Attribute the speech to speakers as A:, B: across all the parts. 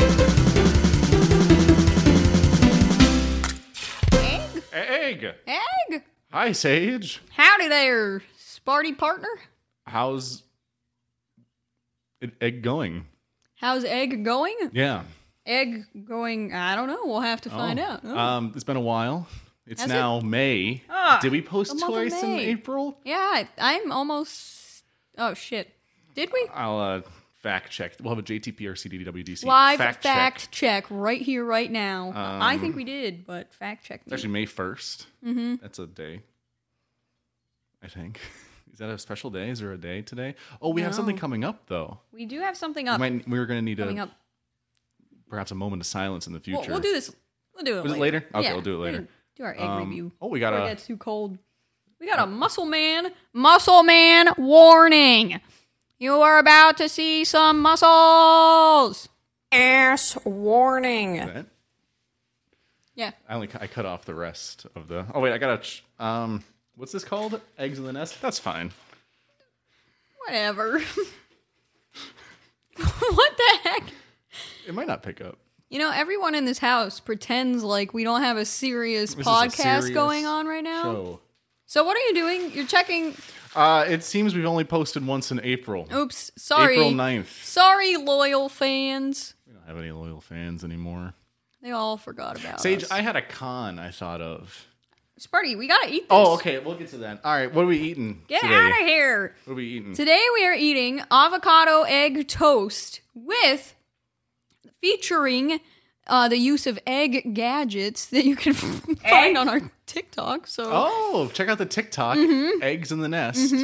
A: E-, Egg.
B: Egg.
A: Hi, Sage.
B: Howdy there, Sparty partner.
A: How's it, egg going?
B: How's egg going?
A: Yeah.
B: Egg going? I don't know. We'll have to find
A: Oh.
B: out. Oh.
A: Um, it's been a while. It's
B: Has it?
A: now May.
B: Ah,
A: Did we
B: the
A: post
B: month of
A: twice in
B: May.
A: April?
B: yeah, I, I'm almost. Oh shit! Did we
A: I'll uh, fact check. We'll have a JTP or CDWDC
B: live
A: fact,
B: fact,
A: check. Um,
B: check. right here, right now? I think we did, but fact check.
A: It's
B: Me.
A: actually May 1st. Mm-hmm. That's a day, I think. Is that a special day? Is there a day today? Oh, we have something
B: No.
A: coming up, though.
B: We do have something up
A: We, might, we were going to need
B: coming
A: a,
B: up.
A: perhaps a moment of silence in the
B: We'll,
A: future.
B: we'll do this. We'll do it.
A: Was it
B: later?
A: later? Okay,
B: Yeah,
A: we'll do it
B: we
A: later.
B: can Do our egg
A: Um,
B: review.
A: oh, we got
B: Before it
A: a-
B: gets too cold. We got a muscle man, muscle man warning. You are about to see some muscles.
C: Ass warning.
A: that.
B: Yeah.
A: I only cu- I cut off the rest of the. Oh wait, I gotta. ch- Um, what's this called? Eggs in the nest. That's fine.
B: Whatever. what the heck?
A: It might not pick up.
B: You know, everyone in this house pretends like we don't have a serious
A: This is a
B: podcast
A: serious
B: going on right now.
A: show.
B: So what are you doing? You're checking.
A: Uh, it seems we've only posted once in April.
B: Oops, sorry.
A: April 9th.
B: Sorry, loyal fans.
A: We don't have any loyal fans anymore.
B: They all forgot about
A: Sage,
B: us.
A: I had a con I thought of.
B: Sparty, we gotta eat this.
A: Oh, okay, we'll get to that. All right, what are we eating
B: Get
A: today?
B: out of here.
A: What are we eating?
B: Today we are eating avocado egg toast with featuring uh, the use of egg gadgets that you can find on our TikTok. So
A: Oh, check out the TikTok eggs in the nest.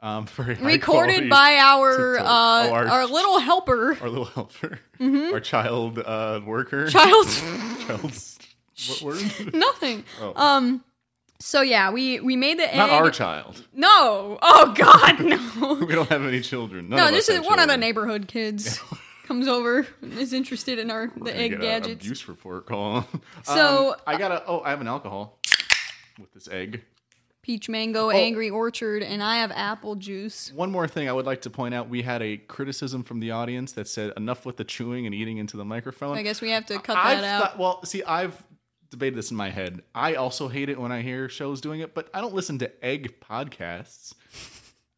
A: Um, for
B: recorded by our uh,
A: TikTok. Oh,
B: our,
A: our-
B: little helper
A: our little helper, our child uh, worker,
B: child.
A: Child's- what word?
B: Nothing.
A: Oh.
B: Um. So yeah, we we made the egg.
A: Not our child.
B: no. Oh God, no.
A: We don't have any children. None
B: no,
A: of
B: this
A: us
B: is
A: have
B: one of the
A: children.
B: neighborhood kids comes over and is interested in our the
A: Gonna
B: egg
A: get a
B: gadgets.
A: abuse report call. Um,
B: So-
A: I got to Oh, I have an alcohol with this egg.
B: peach mango angry orchard and i have apple juice
A: One more thing I would like to point out: we had a criticism from the audience that said, "Enough with the chewing and eating into the microphone."
B: i guess we have to cut
A: I've
B: that out
A: thought- well, see, I've debated this in my head. I also hate it when I hear shows doing it, but I don't listen to egg podcasts.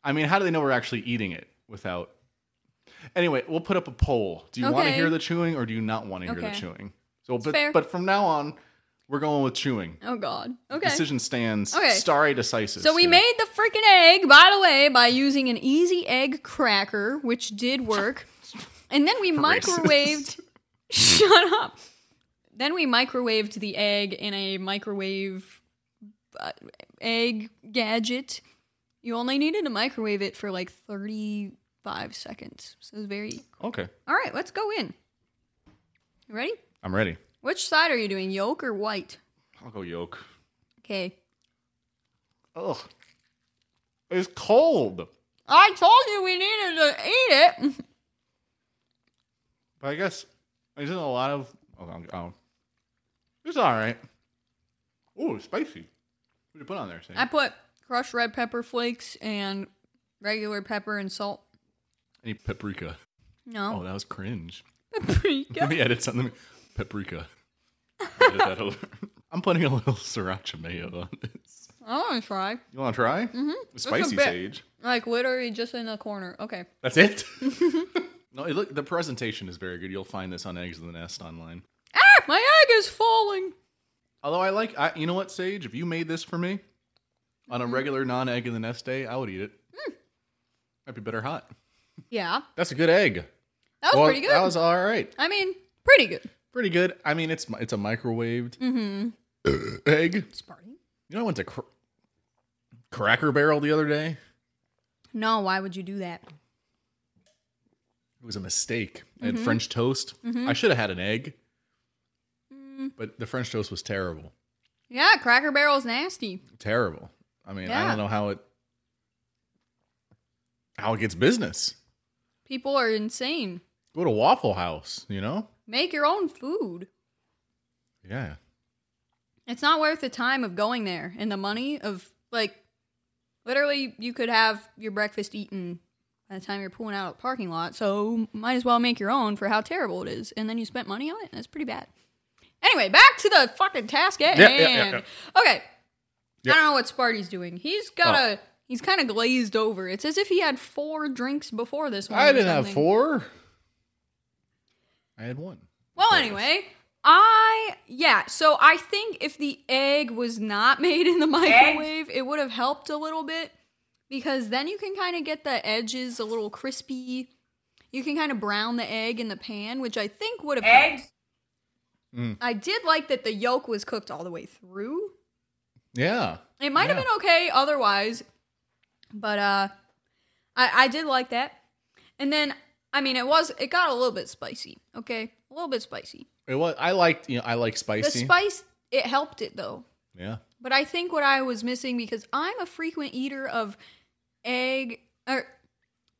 A: I mean, how do they know we're actually eating it without? Anyway, we'll put up a poll. Do you want to
B: Okay.
A: hear the chewing or do you not want to hear
B: Okay.
A: the chewing? So, but
B: fair.
A: but from now on, we're going with chewing.
B: oh god okay
A: Decision stands.
B: Okay.
A: Starry decisive.
B: so we
A: here.
B: made the freaking egg by the way by using an easy egg cracker which did work and then we microwaved shut up then we microwaved the egg in a microwave uh, egg gadget you only needed to microwave it for like 35 seconds so it's very
A: Okay,
B: all right let's go in you ready
A: I'm ready.
B: Which side are you doing, yolk or white?
A: I'll go yolk.
B: Okay.
A: Ugh, it's cold.
B: I told you we needed to eat it.
A: But I guess isn't a lot of oh, I'm- oh. it's all right. Ooh, spicy. What did you put on there? Sam?
B: I put crushed red pepper flakes and regular pepper and salt.
A: Any paprika? Oh,
B: No.
A: that was cringe. Let
B: Paprika.
A: me edit something. Paprika. Edit that over. I'm putting a little sriracha mayo on this.
B: I want to try.
A: You want to try? Mm-hmm. Spicy
B: bit.
A: sage.
B: Like literally just in the corner. Okay.
A: That's it. no, it look. The presentation is very good. You'll find this on Eggs in the Nest online.
B: Ah, my egg is falling.
A: Although I like, I, you know what, Sage? If you made this for me on a
B: Mm.
A: regular non-egg in the nest day, I would eat it. Might be better hot.
B: Yeah,
A: That's a good egg.
B: that was
A: Well,
B: Oh, pretty good.
A: That was all right.
B: I mean, pretty good.
A: Pretty good. I mean, it's it's a microwaved
B: Mm-hmm.
A: egg.
B: Sparty.
A: You know, I went to cr- Cracker Barrel the other day.
B: No, why would you do that?
A: It was a mistake. I
B: Mm-hmm.
A: had French toast. I should have had an egg,
B: Mm.
A: but the French toast was terrible.
B: Yeah, Cracker Barrel's nasty.
A: Terrible. I mean, I
B: Yeah.
A: don't know how it how it gets business.
B: People are insane.
A: go to Waffle House, you know?
B: Make your own food.
A: Yeah.
B: It's not worth the time of going there and the money of like literally you could have your breakfast eaten by the time you're pulling out of the parking lot. So might as well make your own for how terrible it is. And then you spent money on it and it's pretty bad. Anyway, back to the fucking task at
A: Yeah, yeah, yeah,
B: hand. Okay.
A: Yep.
B: I don't know what Sparty's doing. He's got
A: Oh.
B: a. He's kind of glazed over. It's as if he had four drinks before this one.
A: I
B: or
A: didn't have
B: something.
A: four. I had one.
B: Well, anyway, I yeah. So I think if the egg was not made in the microwave, it would have helped a little bit because then you can kind of get the edges a little crispy. You can kind of brown the egg in the pan, which I think would have helped. I did like that the yolk was cooked all the way through.
A: Yeah.
B: It might have
A: Yeah.
B: been okay otherwise, but uh, I I did like that. And then I mean, it was it got a little bit spicy. Okay, a little bit spicy.
A: It was. I liked. You know, I like
B: The
A: spicy.
B: spice it helped it though.
A: yeah.
B: But I think what I was missing because I'm a frequent eater of egg or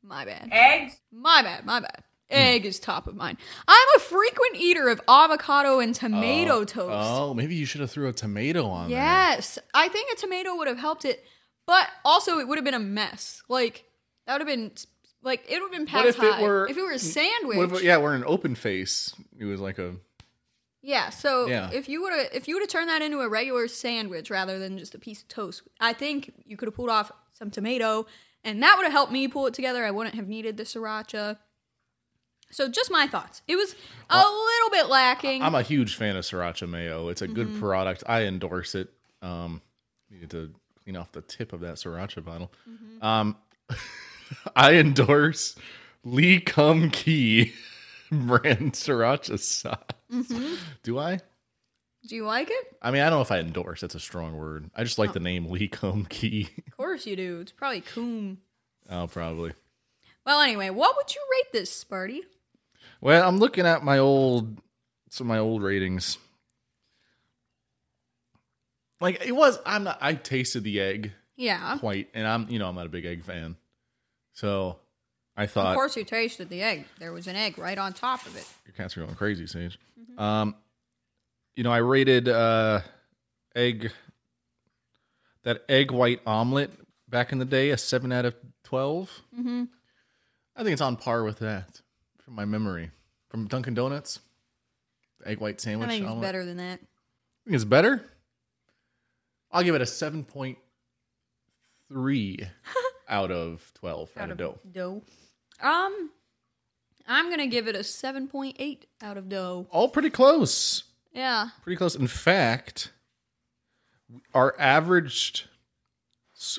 B: my bad.
C: Eggs?
B: My bad, my bad.
A: Hmm.
B: Egg is top of mind. I'm a frequent eater of avocado and tomato
A: Oh.
B: toast.
A: Oh, maybe you should have threw a tomato on there.
B: yes. I think a tomato would have helped it, but also it would have been a mess. Like that would have been like it would have been
A: What
B: pad
A: if it
B: thai.
A: were-
B: if it were a
A: What
B: sandwich.
A: if- yeah, we're in open face. It was like a
B: Yeah, so
A: Yeah.
B: if you would have if you would have turned that into a regular sandwich rather than just a piece of toast, I think you could have pulled off some tomato, and that would have helped me pull it together. I wouldn't have needed the sriracha. So just my thoughts. It was a little bit lacking.
A: I'm a huge fan of sriracha mayo. It's a good product. I endorse it. Um, needed to clean off the tip of that sriracha bottle. Um, I endorse Lee Kum Key brand sriracha sauce. Do I?
B: Do you like it?
A: I mean, I don't know if I endorse. That's a strong word. I just like the name Lee Kum Key.
B: Of course you do. It's probably coom.
A: oh, probably.
B: Well, anyway, what would you rate this, Sparty?
A: Well, I'm looking at my old some of my old ratings. Like it was. I'm not. I tasted the egg.
B: Yeah,
A: quite and i'm you know i'm not a big egg fan so i
B: of
A: thought
B: course you tasted the egg. There was an egg right on top of it.
A: your cats are going crazy sage
B: Mm-hmm.
A: um you know i rated uh egg that egg white omelet back in the day a 7 out of 12
B: Mm-hmm.
A: i think it's on par with that from my memory from dunkin donuts the egg white
B: I
A: sandwich
B: think it's
A: omelet.
B: better than that.
A: I think it's better i'll give it a 7.3 out of 12 out,
B: out
A: of
B: of
A: dough
B: dough. Um, I'm gonna give it a 7.8 out of dough.
A: all pretty close
B: Yeah,
A: pretty close. In fact, our averaged,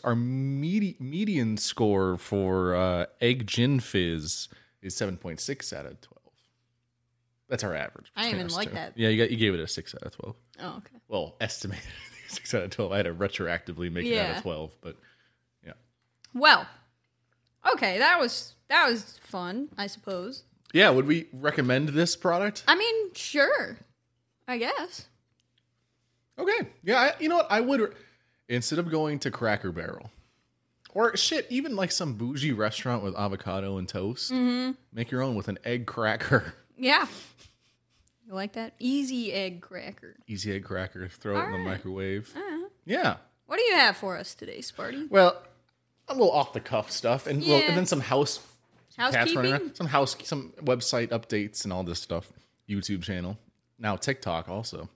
A: our medi- median score for uh, egg gin fizz is seven point six out of twelve. That's our average.
B: I didn't even
A: between us
B: like that.
A: Yeah, you got you gave it a six out of twelve.
B: Oh, okay.
A: Well, estimated six out of twelve. I had to retroactively make it out
B: Yeah.
A: of twelve, but
B: Well, okay, that was that was fun, I suppose.
A: yeah, would we recommend this product?
B: I mean, sure, I guess.
A: Okay. Yeah, I, you know what? I would instead of going to Cracker Barrel or shit, even like some bougie restaurant with avocado and toast,
B: Mm-hmm.
A: make your own with an egg cracker,
B: Yeah, you like that easy egg cracker?
A: easy egg cracker, throw it in the
B: Alright.
A: microwave. Yeah.
B: What do you have for us today, Sparty?
A: Well, a little off the cuff stuff, and well,
B: Yeah.
A: and then some house cats running
B: Housekeeping.
A: around, some house, some website updates, and all this stuff. YouTube channel now TikTok also.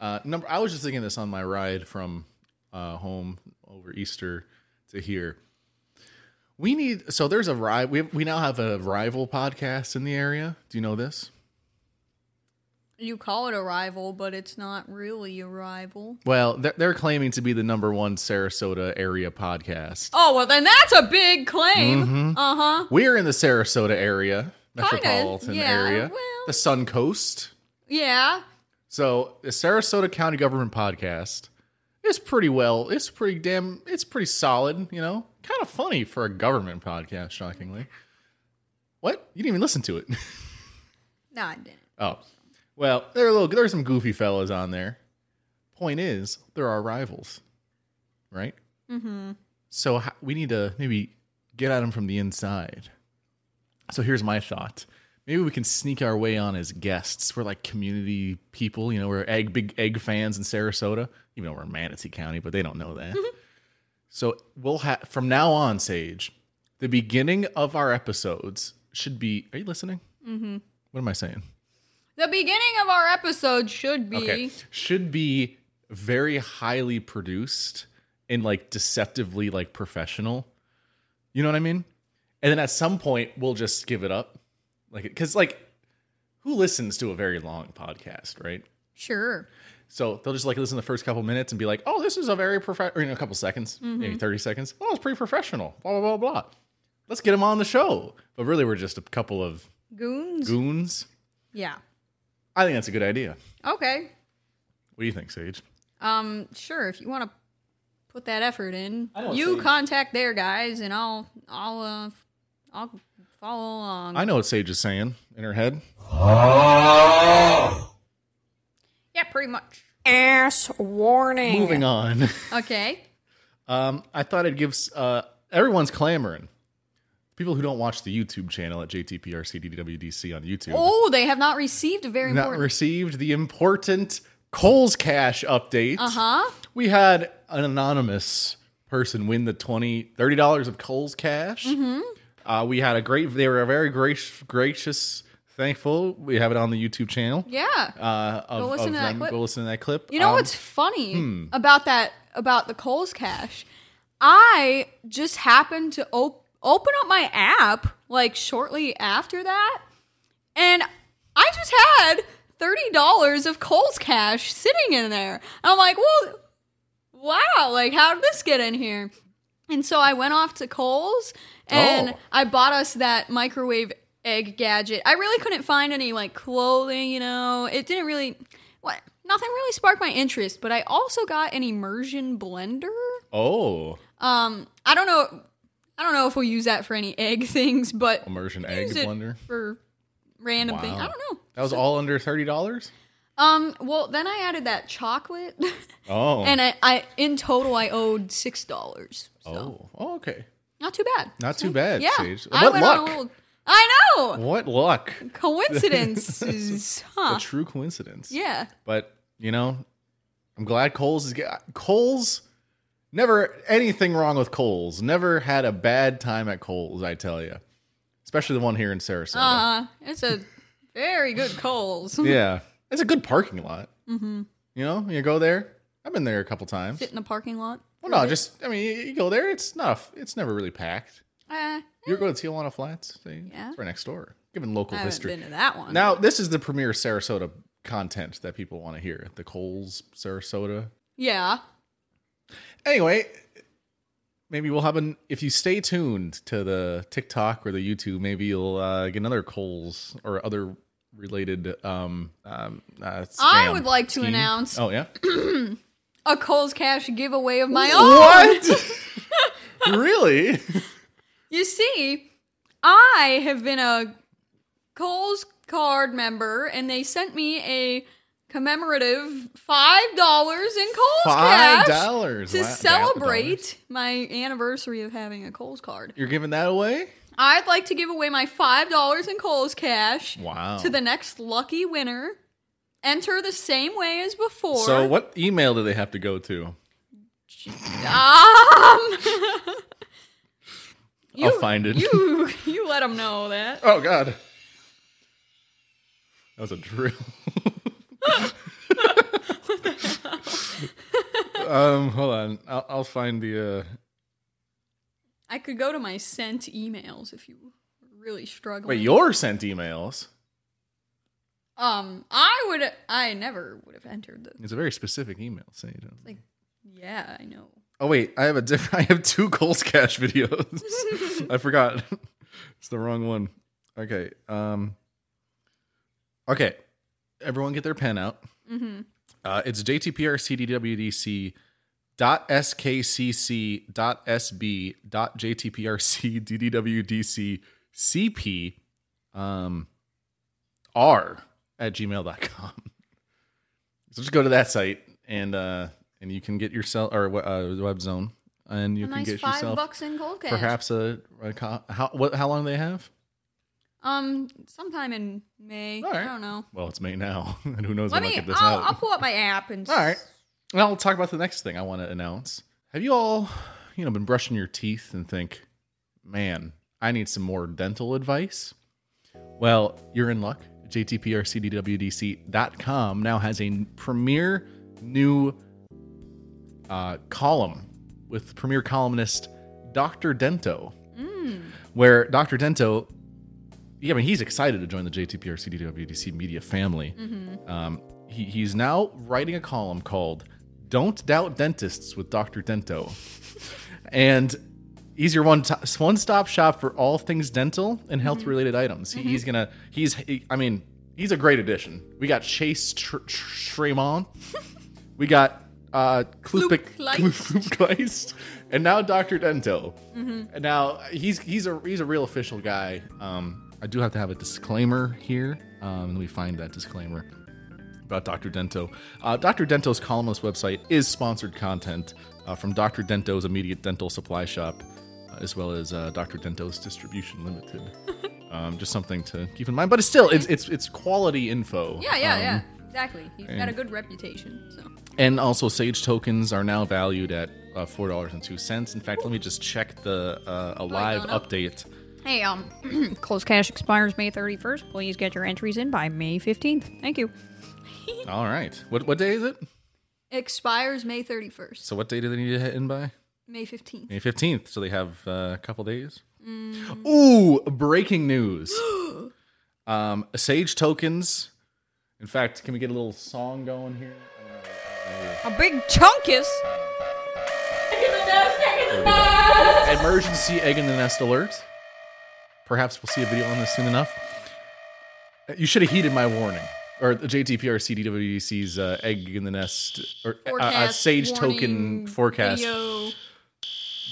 A: Uh, number I was just thinking this on my ride from uh, home over Easter to here. We need so there's a rival. We, have- we now have a rival podcast in the area. Do you know this?
B: You call it a rival, but it's not really a rival.
A: Well, they're, they're claiming to be the number one Sarasota area podcast.
B: Oh well, then that's a big claim.
A: Mm-hmm.
B: Uh huh.
A: We're in the Sarasota area, metropolitan
B: yeah,
A: area,
B: well-
A: the Sun Coast.
B: Yeah.
A: So the Sarasota County Government Podcast is pretty well. It's pretty damn. It's pretty solid. You know, kind of funny for a government podcast. Shockingly, what you didn't even listen to it.
B: No, I didn't.
A: oh, well, there are little. There are some goofy fellas on there. Point is, there are rivals, right? Mm-hmm. So ho- we need to maybe get at them from the inside. So here's my thought. Maybe we can sneak our way on as guests. We're like community people, you know, we're egg big egg fans in Sarasota, even though we're in Manatee County, but they don't know that. so we'll have from now on, Sage, the beginning of our episodes should be are you listening? Mm-hmm. What am I saying?
B: The beginning of our episode should be
A: Okay. Should be very highly produced and like deceptively like professional. You know what I mean? And then at some point we'll just give it up. Like cuz like who listens to a very long podcast, right?
B: Sure.
A: So they'll just like listen to the first couple minutes and be like, "Oh, this is a very professional," you know, a couple seconds, maybe thirty seconds. Oh, it's pretty professional. Blah blah blah blah. Let's get them on the show. But really, we're just a couple of
B: Goons?
A: goons.
B: Yeah.
A: I think that's a good idea.
B: Okay.
A: What do you think, Sage?
B: Um, sure, if you want to put that effort in,
A: I don't
B: you
A: say-
B: contact their guys and I'll I'll uh f- I'll follow along.
A: I know what Sage is saying in her head.
B: yeah, pretty much.
C: Ass warning.
A: Moving on.
B: Okay.
A: Um, I thought it gives uh, everyone's clamoring. People who don't watch the YouTube channel at JTPRCDWDC on YouTube
B: Oh, they have not received a very
A: not
B: important.
A: received the important Coles Cash update.
B: uh huh.
A: We had an anonymous person win the 20 30 dollars of Coles Cash.
B: Mm-hmm.
A: Uh, we had a great. They were very gracious, gracious, thankful. We have it on the YouTube channel.
B: Yeah.
A: Uh, of,
B: Go listen
A: of
B: to that
A: them.
B: clip.
A: Go listen to that clip.
B: You know
A: Um,
B: what's funny about that about the Coles cash? I just happened to op- open up my app like shortly after that, and I just had thirty dollars of Coles cash sitting in there. I'm like, well, wow, like how did this get in here? And so I went off to Kohl's and
A: Oh.
B: I bought us that microwave egg gadget. I really couldn't find any like clothing, you know. It didn't really what nothing really sparked my interest, but I also got an immersion blender.
A: Oh,
B: Um I don't know I don't know if we'll use that for any egg things, but
A: immersion egg
B: use it
A: blender.
B: for random things.
A: Wow.
B: I don't know.
A: That was all under thirty dollars.
B: Um well, then I added that chocolate
A: Oh,
B: and I, I in total I owed $6. So,
A: oh, oh, okay.
B: not too bad.
A: Not too bad,
B: Yeah.
A: Sage.
B: I
A: What
B: went
A: luck!
B: on a little. I know.
A: What luck!
B: Coincidences,
A: A
B: huh?
A: true coincidence.
B: Yeah.
A: But you know, I'm glad Coles is get Coles. Never anything wrong with Coles. Never had a bad time at Coles. I tell you, especially the one here in Sarasota.
B: Uh, it's a very good Coles.
A: Yeah, it's a good parking lot. Mm-hmm. You know, you go there. I've been there a couple times.
B: Sit in the parking lot.
A: Well, no, just I mean, you, you go there. It's not. a- It's never really packed.
B: Uh,
A: You're going to Tijuana Flats. They,
B: Yeah. Uh,
A: it's right next door. Given local
B: I haven't
A: history.
B: been to that one.
A: Now, this is the premier Sarasota content that people want to hear. The Coles Sarasota.
B: Yeah.
A: Anyway, maybe we'll have an if you stay tuned to the TikTok or the YouTube, maybe you'll uh, get another Coles or other related um um uh,
B: I
A: scam
B: would like to
A: scheme.
B: announce-
A: Oh yeah.
B: A Coles Cash giveaway of my own.
A: What? really?
B: You see, I have been a Coles card member, and they sent me a commemorative five dollars in Coles
A: Five
B: Cash
A: dollars
B: to
A: Wow, dollars.
B: celebrate my anniversary of having a Coles card.
A: You're giving that away?
B: I'd like to give away my five dollars in Kohl's cash
A: Wow.
B: to the next lucky winner. Enter the same way as before.
A: so what email do they have to go to?
B: Um, you,
A: I'll find it.
B: You you let them know that.
A: Oh God, that was a drill. um, hold on, I'll, I'll find the. Uh...
B: I could go to my sent emails if you were really struggling.
A: Wait, your sent emails.
B: um, I would I never would have entered the.
A: It's a very specific email. So you don't...
B: Like, yeah, I know.
A: Oh wait, I have a different. I have two Coles Cash videos. I forgot. it's the wrong one. Okay. Um. Okay. Everyone, get their pen out.
B: Mm-hmm.
A: Uh, it's jtprcdwdc dot skcc dot sb dot jtprcddwdc cp um, r at gmail.com so just go to that site and uh, and you can get yourself or uh, web zone and you
B: A
A: can
B: nice
A: get
B: five
A: yourself
B: bucks in cold cash.
A: perhaps a, a co- how what how long do they have
B: Um, sometime in May.
A: All right.
B: I don't know.
A: well it's may now and who knows
B: Let
A: when i
B: me.
A: get this
B: I'll,
A: out
B: I'll pull up my app and.
A: All right. And I'll talk about the next thing I want to announce. Have you all, you know, been brushing your teeth and think, man, I need some more dental advice? Well, you're in luck. JTPRCDWDC.com now has a premier new uh, column with premier columnist Dr. Dento, where Dr. Dento, yeah, I mean, he's excited to join the JTPR CDWDC media family. Um, he, he's now writing a column called Don't Doubt Dentists with Dr. Dento. and he's your one one stop shop for all things dental and health related items. He, He's gonna he's he- I mean he's a great addition. We got Chase Tr- Tr- Tremont, we got uh Klupik
B: Klukleist.
A: Klukleist, and now Doctor Dento. And now he's he's a he's a real official guy. Um, I do have to have a disclaimer here. Um, let me find that disclaimer about Dr. Dento. Uh, Dr. Dento's columnist website is sponsored content uh, from Dr. Dento's immediate dental supply shop, uh, as well as uh, Dr. Dento's Distribution Limited. um, just something to keep in mind, but it's still it's it's, it's quality info.
B: Yeah, yeah,
A: Um,
B: yeah. Exactly. He's got a good reputation. So
A: And also, Sage tokens are now valued at uh, four dollars and two cents. In fact, let me just check the uh, a live
B: gone up?
A: update.
B: hey, um, closed cash expires May thirty first. Please get your entries in by May fifteenth. Thank you.
A: All right, what what day is it?
B: Expires May thirty first.
A: So, what day do they need to hit in by?
B: May fifteenth.
A: May 15th, so they have uh, a couple days. Ooh, breaking news. um, Sage tokens. In fact, can we get a little song going here?
B: A big chunkus.
A: Emergency egg in the nest alert. Perhaps we'll see a video on this soon enough. Uh, You should have heeded my warning. Or uh, the JTPR CDWDC's uh, egg in the nest or uh, uh, sage token forecast.
B: Video.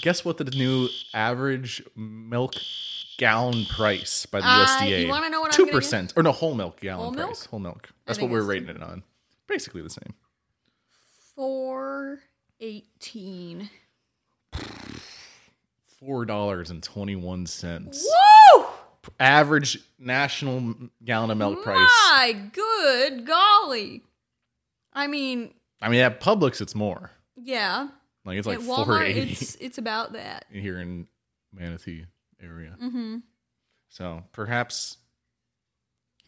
A: Guess what the new average milk gallon price by the
B: Uh,
A: USDA?
B: you wanna know what I'm
A: Two
B: gonna
A: percent or no whole milk gallon
B: Whole
A: price?
B: milk?
A: Whole milk. That's what
B: think
A: we're
B: it's-
A: rating it on. Basically the same.
B: Four eighteen.
A: Four dollars and twenty one cents.
B: Woo!
A: Average national m- gallon of milk price.
B: My good golly. I mean,
A: I mean at Publix it's more.
B: yeah.
A: Like it's like
B: At
A: four
B: Walmart,
A: eighty
B: it's it's about that.
A: here in Manatee area.
B: Mm-hmm.
A: So perhaps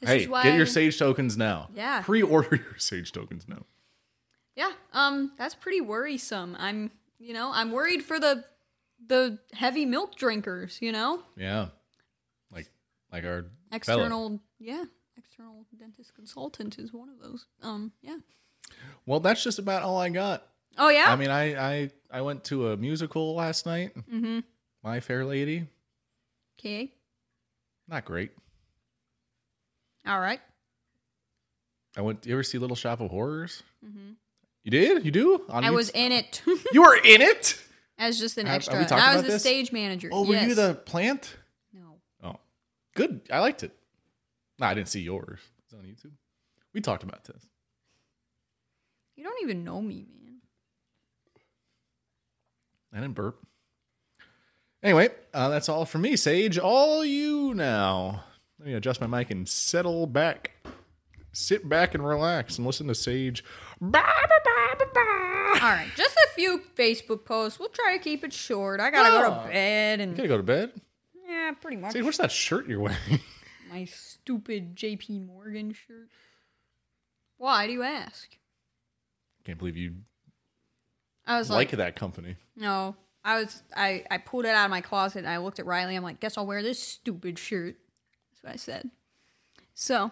B: This
A: hey,
B: is why
A: get your sage tokens now.
B: Yeah.
A: Pre-order your sage tokens now.
B: Yeah, um, that's pretty worrisome. I'm, you know, I'm worried for the the heavy milk drinkers. You know,
A: Yeah. Like like our fellow.
B: external, yeah, external dentist consultant is one of those. Um, yeah.
A: Well, that's just about all I got.
B: Oh yeah.
A: I mean, I I I went to a musical last night.
B: mm-hmm.
A: My Fair Lady,
B: Okay.
A: not great.
B: All right.
A: I went. You ever see Little Shop of Horrors?
B: Mhm.
A: You did? You do? On
B: I
A: YouTube?
B: was in it
A: You were in it.
B: as just an
A: Have- have
B: extra.
A: we
B: And
A: talked
B: I was
A: about
B: the
A: this?
B: stage manager.
A: Oh, were you
B: Yes.
A: the plant?
B: No.
A: Oh, good. I liked it. No, I didn't see yours. It's on YouTube. We talked about this.
B: You don't even know me, man.
A: I didn't burp. Anyway, uh, that's all from me, Sage. All you now. Let me adjust my mic and settle back. Sit back and relax and listen to Sage. Ba, ba, ba, ba, ba.
B: All right, just a few Facebook posts. We'll try to keep it short. I gotta go
A: Oh.
B: to bed and
A: You gotta go to bed.
B: yeah, pretty much.
A: Sage, what's that shirt you're wearing?
B: My stupid J.P. Morgan shirt. Why do you ask?
A: Can't believe you
B: I was like,
A: like that company.
B: no. I was I I pulled it out of my closet and I looked at Riley. I'm like, guess I'll wear this stupid shirt. That's what I said. So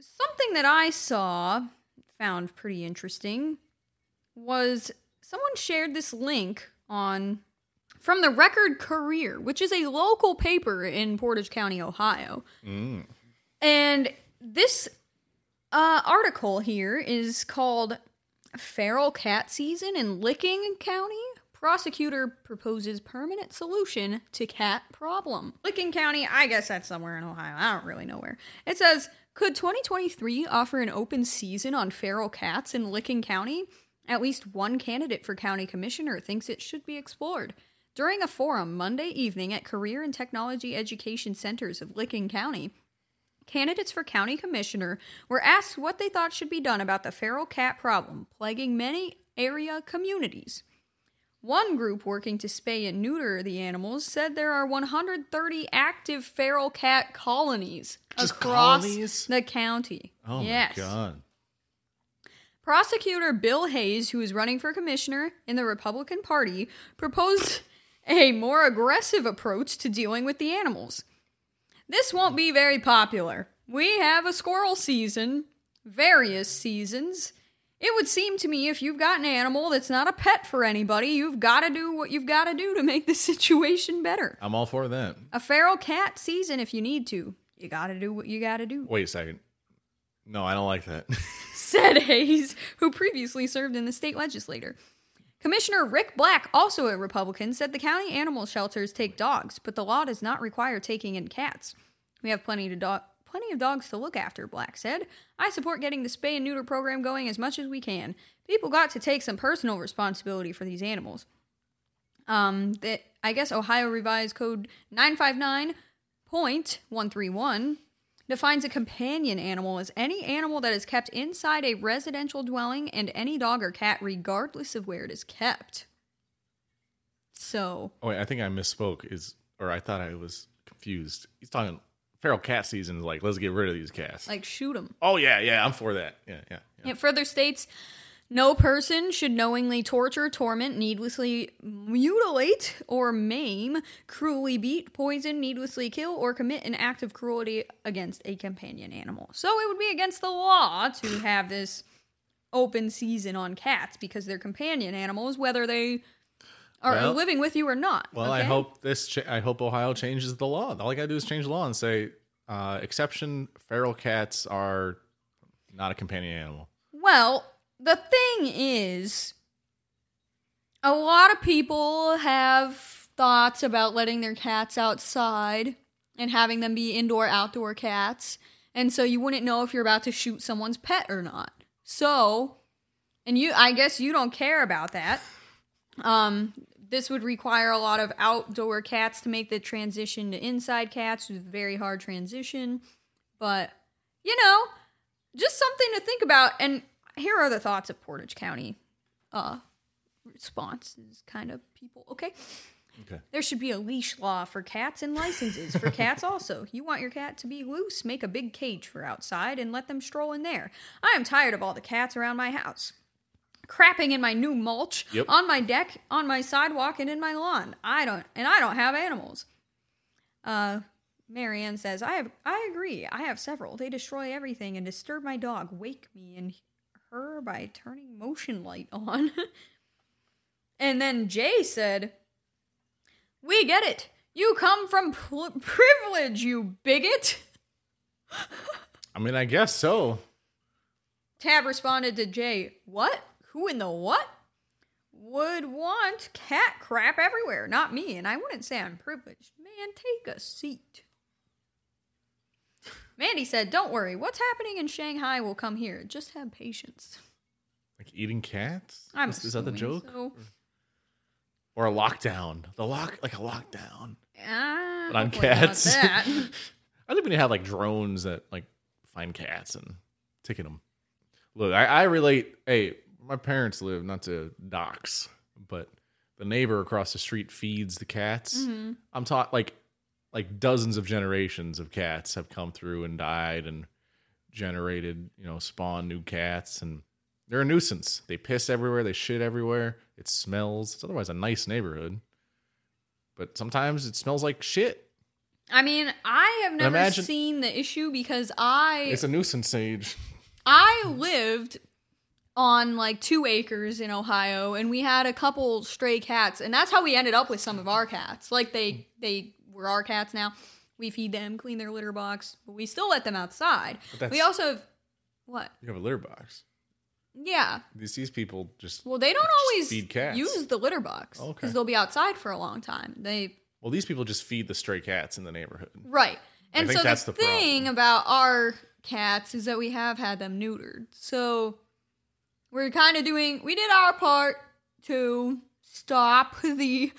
B: something that I saw found pretty interesting was someone shared this link on from the Record Career, which is a local paper in Portage County, Ohio. And this uh, article here is called Feral Cat Season in Licking County. Prosecutor proposes permanent solution to cat problem. Licking County, I guess that's somewhere in Ohio. I don't really know where. It says, could 2023 offer an open season on feral cats in Licking County? At least one candidate for county commissioner thinks it should be explored. During a forum Monday evening at Career and Technology Education Centers of Licking County, Candidates for county commissioner were asked what they thought should be done about the feral cat problem plaguing many area communities. One group working to spay and neuter the animals said there are 130 active feral cat colonies
A: Just
B: across
A: colonies?
B: the county.
A: Oh
B: yes.
A: my god.
B: Prosecutor Bill Hayes, who is running for commissioner in the Republican Party, proposed a more aggressive approach to dealing with the animals. This won't be very popular. We have a squirrel season, various seasons. It would seem to me if you've got an animal that's not a pet for anybody, you've got to do what you've got to do to make the situation better.
A: I'm all for that.
B: A feral cat season if you need to. You got to do what you got to do.
A: Wait a second. No, I don't like that.
B: said Hayes, who previously served in the state legislature. Commissioner Rick Black, also a Republican, said the county animal shelters take dogs, but the law does not require taking in cats. We have plenty to dog plenty of dogs to look after, Black said. I support getting the spay and neuter program going as much as we can. People got to take some personal responsibility for these animals. Um, that I guess Ohio Revised Code 959.131 defines a companion animal as any animal that is kept inside a residential dwelling and any dog or cat, regardless of where it is kept. So,
A: Oh, wait, I think I misspoke. Is or I thought I was confused. He's talking feral cat season is like let's get rid of these cats.
B: like, shoot them.
A: oh yeah, yeah, I'm for that. Yeah, yeah. yeah.
B: It further states no person should knowingly torture, torment, needlessly mutilate or maim, cruelly beat, poison, needlessly kill, or commit an act of cruelty against a companion animal. So it would be against the law to have this open season on cats because they're companion animals, whether they are
A: Well-
B: living with you or not.
A: Well, I
B: okay?
A: hope this. Cha- I hope Ohio changes the law. All I gotta do is change the law and say uh, exception feral cats are not a companion animal.
B: Well, the thing is, a lot of people have thoughts about letting their cats outside and having them be indoor outdoor cats. And so you wouldn't know if you're about to shoot someone's pet or not. So, and you, I guess you don't care about that. Um, this would require a lot of outdoor cats to make the transition to inside cats, which is a very hard transition. But, you know, just something to think about. And here are the thoughts of Portage County uh, responses kind of people. Okay.
A: Okay.
B: There should be a leash law for cats and licenses for cats also. You want your cat to be loose, make a big cage for outside and let them stroll in there. I am tired of all the cats around my house. Crapping in my new mulch,
A: Yep.
B: on my deck, on my sidewalk, and in my lawn. I don't and I don't have animals. Uh Marianne says, I have I agree. I have several. They destroy everything and disturb my dog. Wake me and her by turning motion light on. and then Jay said, We get it. You come from pl- privilege, you bigot.
A: I mean, I guess so.
B: Tab responded to Jay, What? Who in the what? Would want cat crap everywhere, not me, and I wouldn't say I'm privileged. Man, take a seat. Mandy said, Don't worry, what's happening in Shanghai will come here. Just have patience.
A: Like eating cats.
B: I'm
A: is, is that the
B: assuming
A: joke?
B: so.
A: Or a lockdown? The lock, like a lockdown.
B: Ah,
A: But on
B: hopefully not
A: cats.
B: that.
A: I think we need to have like drones that like find cats and ticket them. Look, I, I relate. Hey, my parents live not to docks, but the neighbor across the street feeds the cats.
B: Mm-hmm.
A: I'm taught like like dozens of generations of cats have come through and died and generated, you know, spawn new cats and they're a nuisance. They piss everywhere, they shit everywhere. It smells. It's otherwise a nice neighborhood. But sometimes it smells like shit.
B: I mean, I have never
A: imagine-
B: seen the issue because I
A: It's a nuisance age.
B: I lived on like two acres in Ohio, and we had a couple stray cats, and that's how we ended up with some of our cats. Like they they were our cats now. We feed them, clean their litter box, but we still let them outside.
A: that's-
B: We also have what?
A: You have a litter box.
B: Yeah.
A: These these people just
B: Well, they don't
A: Just
B: always
A: feed cats. Oh,
B: use the litter box because
A: Okay.
B: they'll be outside for a long time. They
A: well, these people just feed the stray cats in the neighborhood.
B: Right.
A: I
B: And
A: think
B: so
A: that's
B: the,
A: the problem.
B: thing about our cats is that we have had them neutered. So we're kind of doing, we did our part to stop the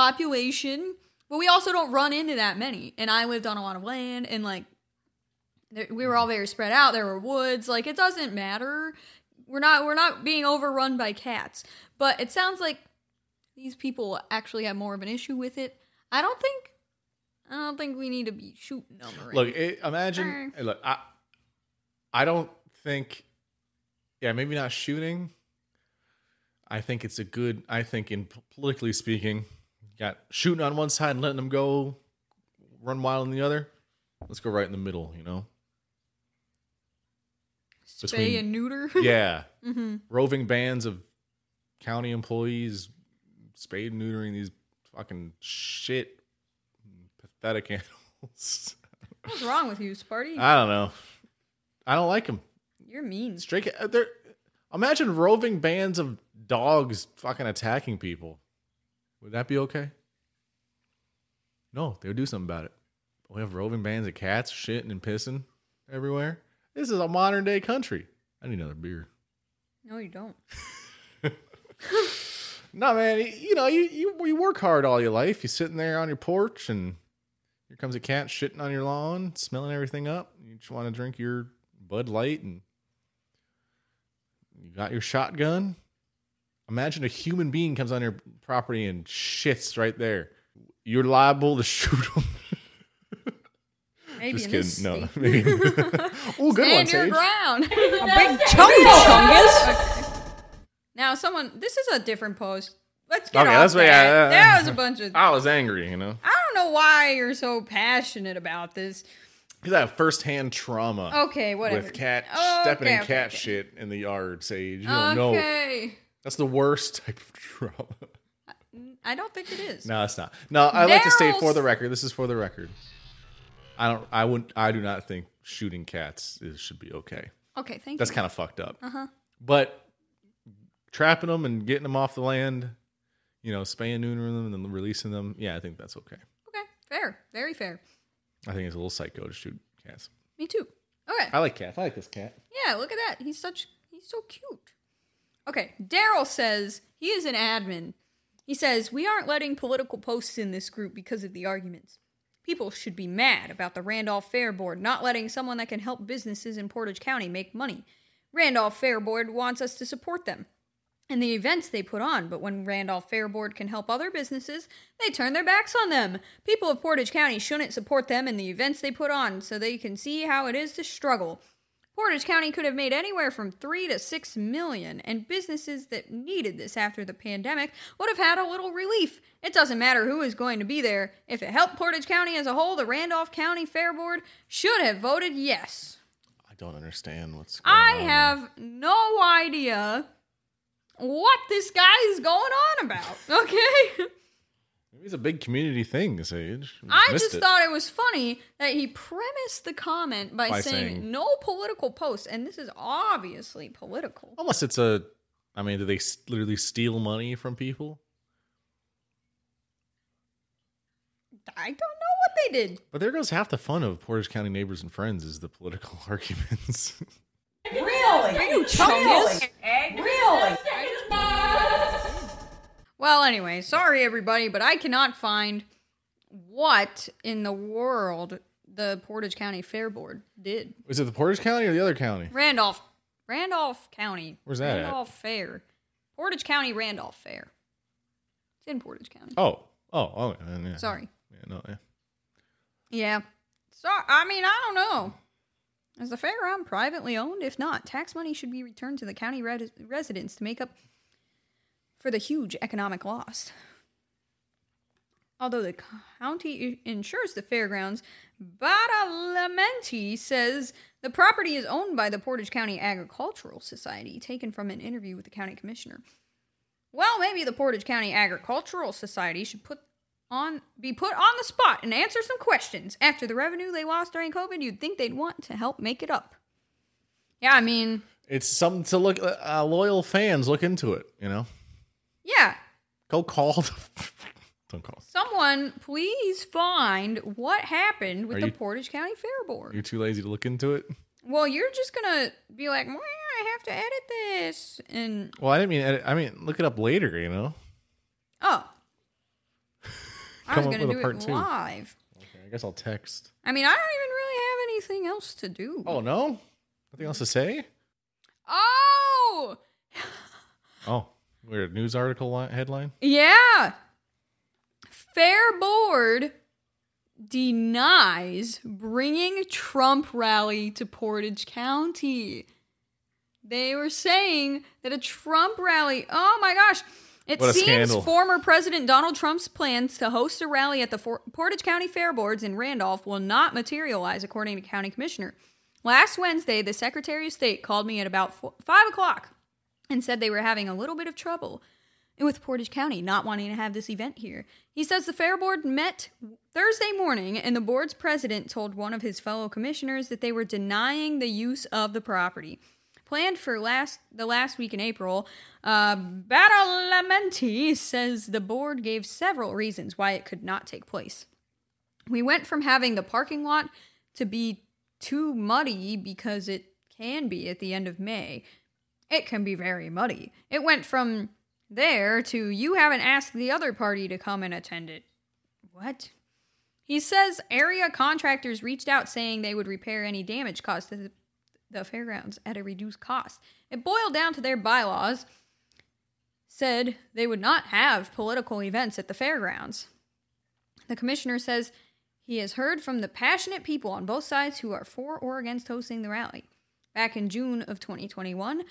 B: repopulation, but we also don't run into that many. And I lived on a lot of land and like there, we were all very spread out. There were woods. Like it doesn't matter. We're not we're not being overrun by cats. But it sounds like these people actually have more of an issue with it. I don't think I don't think we need to be shooting them. Or
A: Look, it, imagine.
B: Arr.
A: hey, Look, I I don't think yeah, maybe not shooting. I think it's a good. I think in politically speaking, you got shooting on one side and letting them go run wild on the other. Let's go right in the middle. You know.
B: Spay
A: Between-
B: and neuter.
A: Yeah.
B: hmm
A: Roving bands of county employees spade and neutering these fucking shit pathetic animals.
B: What's wrong with you, Sparty?
A: I don't know. I don't like them.
B: You're mean.
A: Straight. ca- They're, imagine roving bands of dogs fucking attacking people. Would that be okay? No, they would do something about it. We have roving bands of cats shitting and pissing everywhere. This is a modern day country. I need another beer.
B: No, you don't.
A: No, man. y- You know, you, you you work hard all your life. You're sitting there on your porch, and here comes a cat shitting on your lawn, smelling everything up. You just want to drink your Bud Light, and you got your shotgun. Imagine a human being comes on your property and shits right there. You're liable to shoot him.
B: Maybe
A: just kidding.
B: in this
A: No.
B: state.
A: oh, good one,
B: Stand your
A: Sage.
B: ground.
C: A big chunky chungus.
B: now, someone. This is a different post. Let's get
A: Okay,
B: off
A: that's what- uh,
B: that.
A: yeah, yeah, yeah.
B: That was a bunch of. I
A: I was angry, you know,
B: don't know why you're so passionate about this.
A: because I have firsthand trauma.
B: Okay, whatever.
A: With cat
B: Okay,
A: stepping in
B: okay,
A: cat
B: okay.
A: shit in the yard, Sage. You don't know.
B: Okay.
A: That's the worst type of trauma.
B: I don't think it is.
A: No, it's not. No, I like to state
B: Daryl's-
A: for the record. This is for the record. I don't. I wouldn't. I do not think shooting cats is, should be okay.
B: Okay, thank
A: That's
B: you.
A: kind of fucked up. Uh-huh. But trapping them and getting them off the land, you know, spaying, neutering them, and then releasing them. Yeah, I think that's okay.
B: Okay, fair. Very fair.
A: I think it's a little psycho to shoot cats.
B: Me too. Okay.
A: I like cats. I like this cat.
B: Yeah, look at that. He's such he's so cute. Okay, Daryl says he is an admin. He says we aren't letting political posts in this group because of the arguments. People should be mad about the Randolph Fair Board not letting someone that can help businesses in Portage County make money. Randolph Fair Board wants us to support them and the events they put on, but when Randolph Fair Board can help other businesses, they turn their backs on them. People of Portage County shouldn't support them and the events they put on so they can see how it is to struggle. Portage County could have made anywhere from 3 to 6 million and businesses that needed this after the pandemic would have had a little relief. It doesn't matter who is going to be there. If it helped Portage County as a whole, the Randolph County Fair Board should have voted yes.
A: I don't understand what's. Going
B: I
A: on.
B: have no idea what this guy is going on about. Okay.
A: Maybe it's a big community thing, Sage. We
B: I
A: missed
B: just
A: it.
B: thought it was funny that he premised the comment by,
A: By
B: saying,
A: saying-
B: no political posts, and this is obviously political.
A: Unless it's a, I mean, do they s- literally steal money from people?
B: I don't know what they did.
A: But there goes half the fun of Portage County neighbors and friends is the political arguments.
C: Really? Are you
B: chungus?
C: Really?
B: Well, anyway, sorry everybody, but I cannot find what in the world the Portage County Fair Board did.
A: is it the Portage County or the other county?
B: Randolph, Randolph County.
A: Where's that at?
B: Randolph Fair, Portage County, Randolph Fair. It's in Portage County.
A: Oh, oh, oh, yeah, yeah.
B: Sorry.
A: Yeah, no, yeah.
B: Yeah. So I mean, I don't know. Is the fairground privately owned? If not, tax money should be returned to the county res- residents to make up for the huge economic loss. Although the county i- insures the fairgrounds, Badalamenti says the property is owned by the Portage County Agricultural Society, taken from an interview with the county commissioner. Well, maybe the Portage County Agricultural Society should put on be put on the spot and answer some questions. After the revenue they lost during COVID, you'd think they'd want to help make it up. Yeah, I mean,
A: It's something to look. Uh, loyal fans look into it. You know,
B: yeah.
A: go call. The, don't call.
B: Someone please find what happened with
A: Are
B: the
A: you-
B: Portage County Fair Board.
A: You're too lazy to look into it.
B: well, you're just gonna be like, "Well, I have to edit this and
A: Well, I didn't mean. edit- I mean, look it up later. You know.
B: oh. I was
A: Come up
B: gonna
A: with a
B: do
A: part
B: it
A: two.
B: live.
A: Okay, I guess I'll text.
B: I mean, I don't even really have anything else to do.
A: Oh no, nothing else to say.
B: oh!
A: Oh, weird news article li- headline.
B: Yeah. Fair Board denies bringing Trump rally to Portage County. They were saying that a Trump rally. Oh my gosh. It
A: What a
B: seems
A: scandal.
B: former President Donald Trump's plans to host a rally at the For- Portage County Fair Boards in Randolph will not materialize, according to County Commissioner. Last Wednesday, the Secretary of State called me at about fo- 5 o'clock and said they were having a little bit of trouble with Portage County not wanting to have this event here. He says the fair board met Thursday morning and the board's president told one of his fellow commissioners that they were denying the use of the property. Planned for last the last week in April, uh, Badalamenti says the board gave several reasons why it could not take place. We went from having the parking lot to be too muddy because it can be at the end of May it can be very muddy. It went from there to you haven't asked the other party to come and attend it. What? He says area contractors reached out saying they would repair any damage caused to the, the fairgrounds at a reduced cost. It boiled down to their bylaws, said they would not have political events at the fairgrounds. The commissioner says he has heard from the passionate people on both sides who are for or against hosting the rally. Back in June of 2021,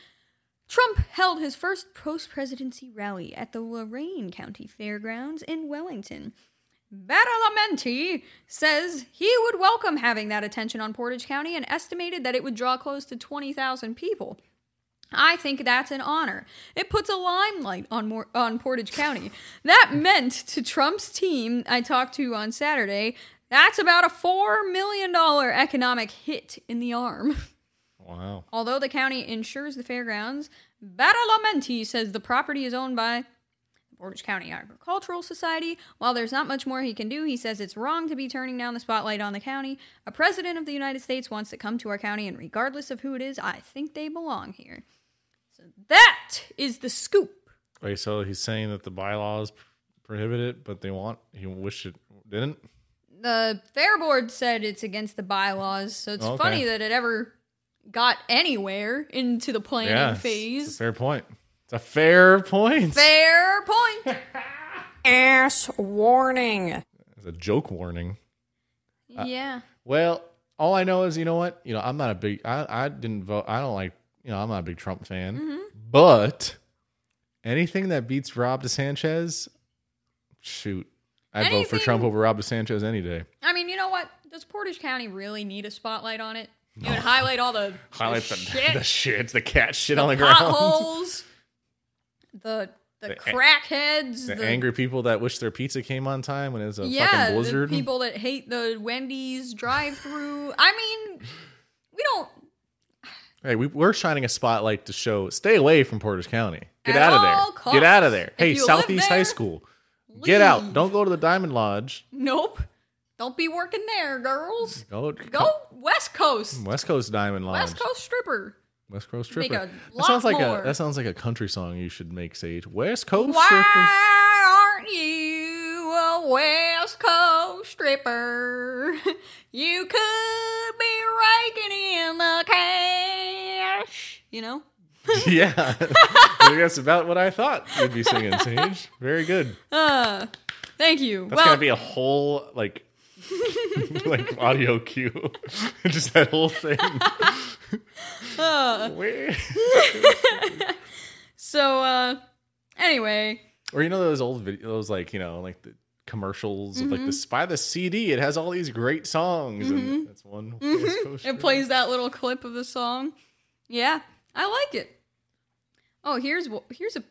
B: Trump held his first post presidency rally at the Lorain County Fairgrounds in Wellington. Badalamenti says he would welcome having that attention on Portage County and estimated that it would draw close to 20,000 people. I think that's an honor. It puts a limelight on more, on Portage County. That meant to Trump's team I talked to on Saturday, that's about a 4 million dollar economic hit in the arm.
A: Wow.
B: Although the county insures the fairgrounds, Badalamenti says the property is owned by the Portage County Agricultural Society. While there's not much more he can do, he says it's wrong to be turning down the spotlight on the county. A president of the United States wants to come to our county, and regardless of who it is, I think they belong here. So that is the scoop.
A: Wait, so he's saying that the bylaws prohibit it, but they want he wish it didn't.
B: The fair board said it's against the bylaws, so it's
A: Okay.
B: funny that it ever got anywhere into the planning
A: Yeah, it's-
B: phase.
A: it's a fair point. It's a fair point.
B: fair point.
C: Ass warning.
A: It's a joke warning.
B: yeah.
A: Well, all I know is you know what you know. I'm not a big. I I didn't vote. I don't like you know. I'm not a big Trump fan.
B: Mm-hmm.
A: But anything that beats Rob DeSanchez, shoot, I would vote for
B: Anything-
A: Trump over Rob DeSanchez any day.
B: I mean, you know what? Does Portage County really need a spotlight on it? It would highlight all the,
A: Highlight
B: the
A: the
B: shit,
A: the shit, the cat shit on the ground,
B: potholes, the the,
A: The a-
B: crackheads,
A: the, angry people that wish their pizza came on time when it was a
B: yeah,
A: fucking
B: the
A: blizzard.
B: people that hate the Wendy's drive-through. I mean, we don't
A: Hey, we, we're shining a spotlight to show stay away from Portage County. Get
B: At
A: out of
B: all
A: there.
B: costs.
A: Get out of there.
B: If
A: Hey,
B: you live
A: Southeast High
B: there,
A: School.
B: leave.
A: Get out. Don't go to the Diamond Lodge.
B: Nope. Don't be working there, girls.
A: Go,
B: Go West Coast.
A: West Coast Diamond Lodge.
B: West Coast stripper.
A: West Coast
B: Make
A: Stripper.
B: a
A: that sounds
B: lot
A: like
B: more.
A: a that sounds like a country song you should make, Sage. West Coast Stripper.
B: Why aren't you a West Coast stripper? You could be raking in the cash. You know?
A: yeah. I think that's about what I thought you'd be singing, Sage. Very good.
B: Uh, thank you.
A: That's
B: well,
A: gonna be a whole like like audio cue. Just that whole thing.
B: uh,
A: Where-
B: so, uh, anyway,
A: Or you know those old videos, those like you know like the commercials of
B: Mm-hmm.
A: like this buy the CD. It has all these great songs, and that's one. West Coast
B: Mm-hmm. it
A: Stripper.
B: plays that little clip of the song. Yeah, I like it. Oh, here's wh- here's a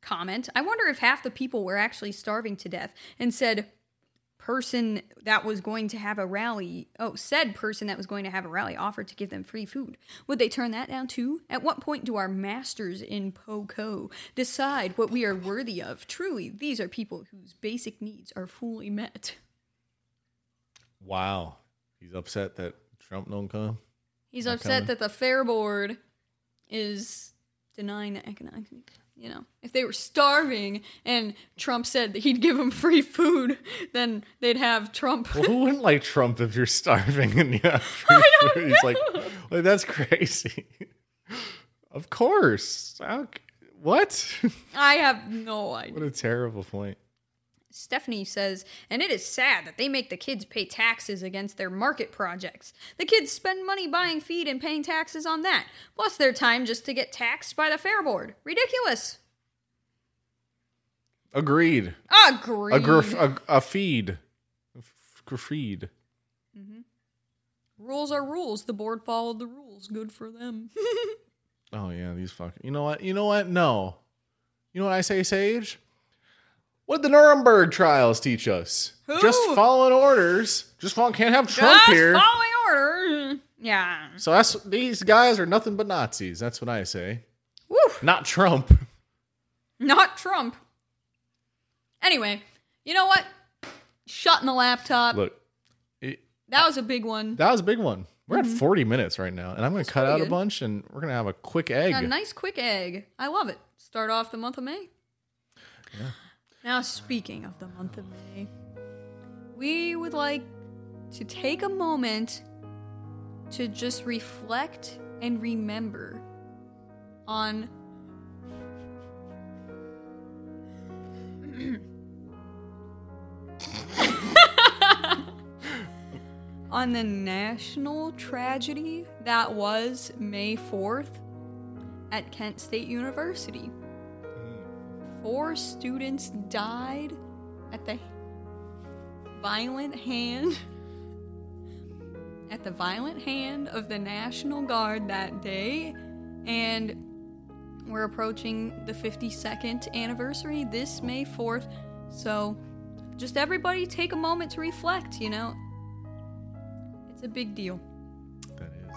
B: comment. I wonder if half the people were actually starving to death and said person that was going to have a rally, oh, said person that was going to have a rally offered to give them free food. Would they turn that down too? At what point do our masters in POCO decide what we are worthy of? Truly, these are people whose basic needs are fully met.
A: Wow, he's upset that Trump don't come.
B: He's
A: Not
B: upset
A: coming.
B: that the fair board is denying the economic. You know, if they were starving and Trump said that he'd give them free food, then they'd have Trump.
A: Well, who wouldn't like Trump if you're starving and you have free food? He's like, like, that's crazy. of course. How c- What?
B: I have no idea.
A: what a terrible point.
B: Stephanie says, and it is sad that they make the kids pay taxes against their market projects. The kids spend money buying feed and paying taxes on that, plus their time just to get taxed by the fair board. Ridiculous.
A: Agreed.
B: Agreed.
A: A, grif- a, a feed. A feed.
B: rules are rules. The board followed the rules. Good for them.
A: Oh yeah, these fucking. You know what? You know what? No. You know what I say, Sage? What the Nuremberg trials teach us?
B: Who?
A: Just following orders. Just follow, can't have Trump
B: Just
A: here.
B: following orders. Yeah.
A: so that's these guys are nothing but Nazis. That's what I say.
B: Woo.
A: Not Trump.
B: Not Trump. Anyway, you know what? Shutting the laptop.
A: Look, it,
B: that was a big one.
A: that was a big one. We're at 40 minutes right now, and I'm going to cut
B: Mm-hmm. pretty
A: out a
B: good.
A: bunch, and we're going to have a quick
B: Got a
A: egg.
B: nice quick egg. I love it. Start off the month of May. Now, speaking of the month of May, we would like to take a moment to just reflect and remember on on the national tragedy that was May 4th at Kent State University. Four students died at the violent hand at the violent hand of the National Guard that day and we're approaching the 52nd anniversary this May 4th. So just everybody take a moment to reflect, you know. It's a big deal.
A: That is.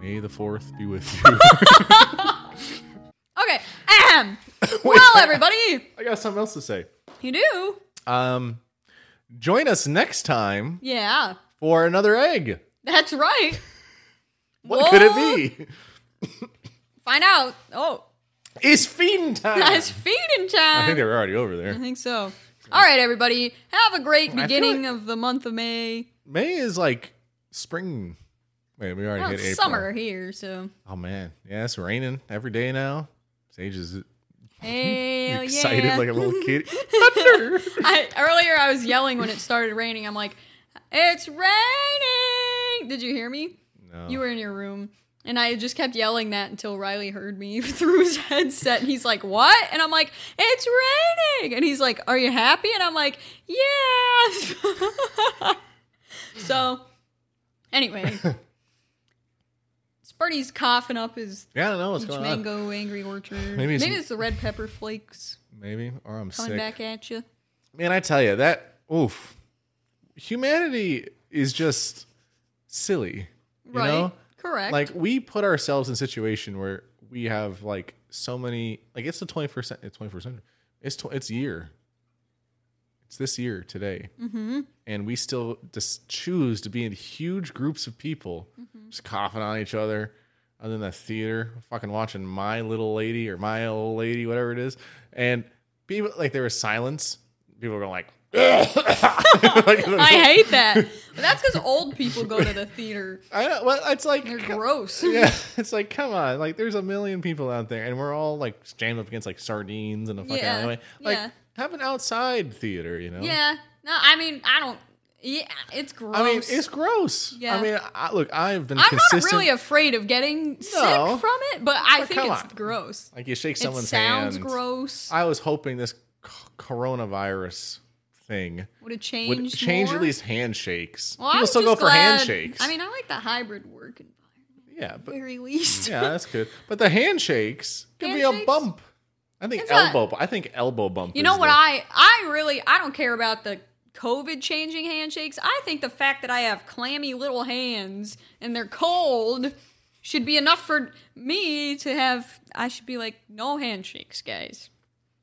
A: May the 4th be with you.
B: Okay. Ahem. well, everybody,
A: I got something else to say.
B: you do.
A: Um, join us next time
B: Yeah,
A: for another egg.
B: that's right.
A: What could it be?
B: Find out. Oh,
A: It's feeding time.
B: that's feeding time.
A: I think they were already over
B: I
A: there.
B: think so. All right, everybody, have a great
A: feel
B: beginning of the month of May.
A: May is like spring. Wait, we already
B: Well,
A: hit
B: Oh, it's
A: April.
B: summer here, so
A: Oh man, yeah, it's raining every day now. Sage is
B: hell
A: excited
B: Oh, yeah.
A: like a little kid. Thunder.
B: I, earlier, I was yelling when it started raining. I'm like, "It's raining!" Did you hear me?
A: No.
B: You were in your room. And I just kept yelling that until Riley heard me through his headset. And he's like, What? And I'm like, It's raining. And he's like, Are you happy? And I'm like, Yeah. so, anyway, Sparty's coughing up his
A: yeah, I don't know what's
B: peach
A: going on.
B: mango angry orchard.
A: Maybe
B: Maybe
A: it's-
B: it's, the red pepper flakes
A: Maybe or I'm
B: coming
A: sick.
B: back at you.
A: Man, I tell you that oof, humanity is just silly. You
B: Right.
A: know?
B: Correct.
A: Like we put ourselves in a situation where we have like so many. Like it's the 21st. cen- It's 21st century. It's tw- it's year. It's this year today, mm-hmm. and we still just choose to be in huge groups of people,
B: Mm-hmm.
A: just coughing on each other, other than the theater, fucking watching my little lady or my old lady, whatever it is, and people like there was silence. People were going like, like
B: I hate that. But that's because old people go to the theater.
A: I don't, well, it's like
B: They're gross.
A: yeah, it's like, come on, like there's a million people out there, and we're all like jammed up against like sardines and a fucking
B: Yeah,
A: alleyway. Like,
B: yeah.
A: have an outside theater, you know?
B: Yeah. No, I mean, I don't. Yeah, it's gross.
A: I mean, it's gross.
B: Yeah.
A: I mean, I, look, I've been
B: I'm
A: consistent.
B: not really afraid of getting
A: No.
B: sick from it, but I
A: But
B: think
A: come
B: it's
A: on.
B: gross.
A: like you shake
B: It
A: someone's
B: sounds
A: hand.
B: gross.
A: I was hoping this c- coronavirus thing
B: would it
A: would
B: change?
A: change
B: more?
A: at least handshakes.
B: Well, I
A: People
B: was
A: still go
B: just
A: for
B: glad-
A: handshakes.
B: I mean, I like the hybrid work environment
A: yeah,
B: at the
A: but
B: very least.
A: yeah, that's good. But the handshakes could be a
B: Handshakes?
A: bump. I think
B: It's not-
A: elbow. I think elbow bump.
B: you
A: is
B: know what?
A: the-
B: I I really I don't care about the COVID changing handshakes. I think the fact that I have clammy little hands and they're cold should be enough for me to have. I should be like no handshakes, guys.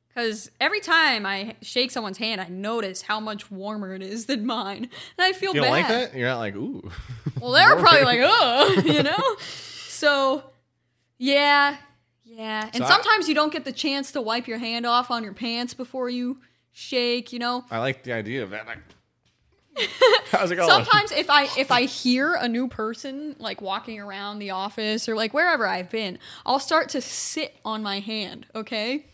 B: Because every time I shake someone's hand, I notice how much warmer it is than mine, and I feel
A: You
B: bad.
A: don't like that? You're not like, ooh.
B: Well, they were probably like, oh, you know? So, yeah, yeah. And
A: So I-
B: sometimes you don't get the chance to wipe your hand off on your pants before you shake, you know?
A: I like the idea of that. Like, how's it going?
B: Sometimes if I if I hear a new person like walking around the office or like wherever I've been, I'll start to sit on my hand, okay?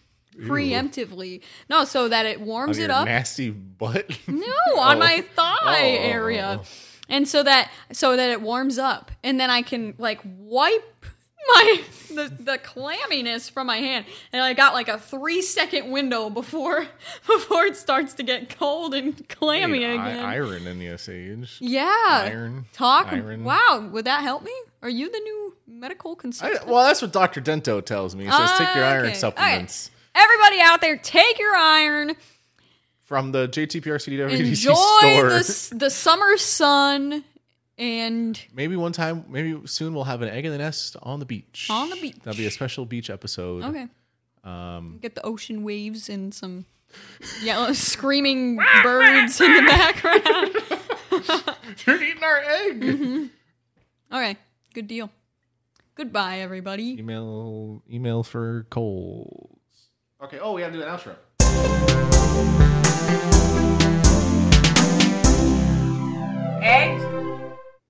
B: preemptively. No, so that it warms
A: On
B: it
A: your
B: up.
A: Nasty butt.
B: No, on
A: Oh.
B: my thigh
A: Oh, oh, oh,
B: area. And so that so that it warms up and then I can like wipe my the, the clamminess from my hand. And I got like a 3 second window before before it starts to get cold and clammy
A: Need i-
B: again.
A: iron in the age.
B: yeah.
A: iron,
B: Talk
A: iron.
B: Wow, would that help me? Are you the new medical
A: I,
B: consultant?
A: well, that's what Doctor Dento tells me. He says take your
B: Ah,
A: iron
B: okay.
A: supplements
B: Everybody out there, take your iron.
A: from the JTPRCDWDC
B: Enjoy
A: store.
B: the, s- the summer sun and
A: Maybe one time, maybe soon, we'll have an egg in the nest on the beach.
B: On the beach.
A: That'll be a special beach episode.
B: Okay. Um, Get the ocean waves and some yellow screaming birds in the background.
A: You're eating our egg.
B: Mm-hmm. Okay, good deal. Goodbye, everybody.
A: Email email for Cole.
D: Okay. Oh, we gotta do an outro.
C: Eggs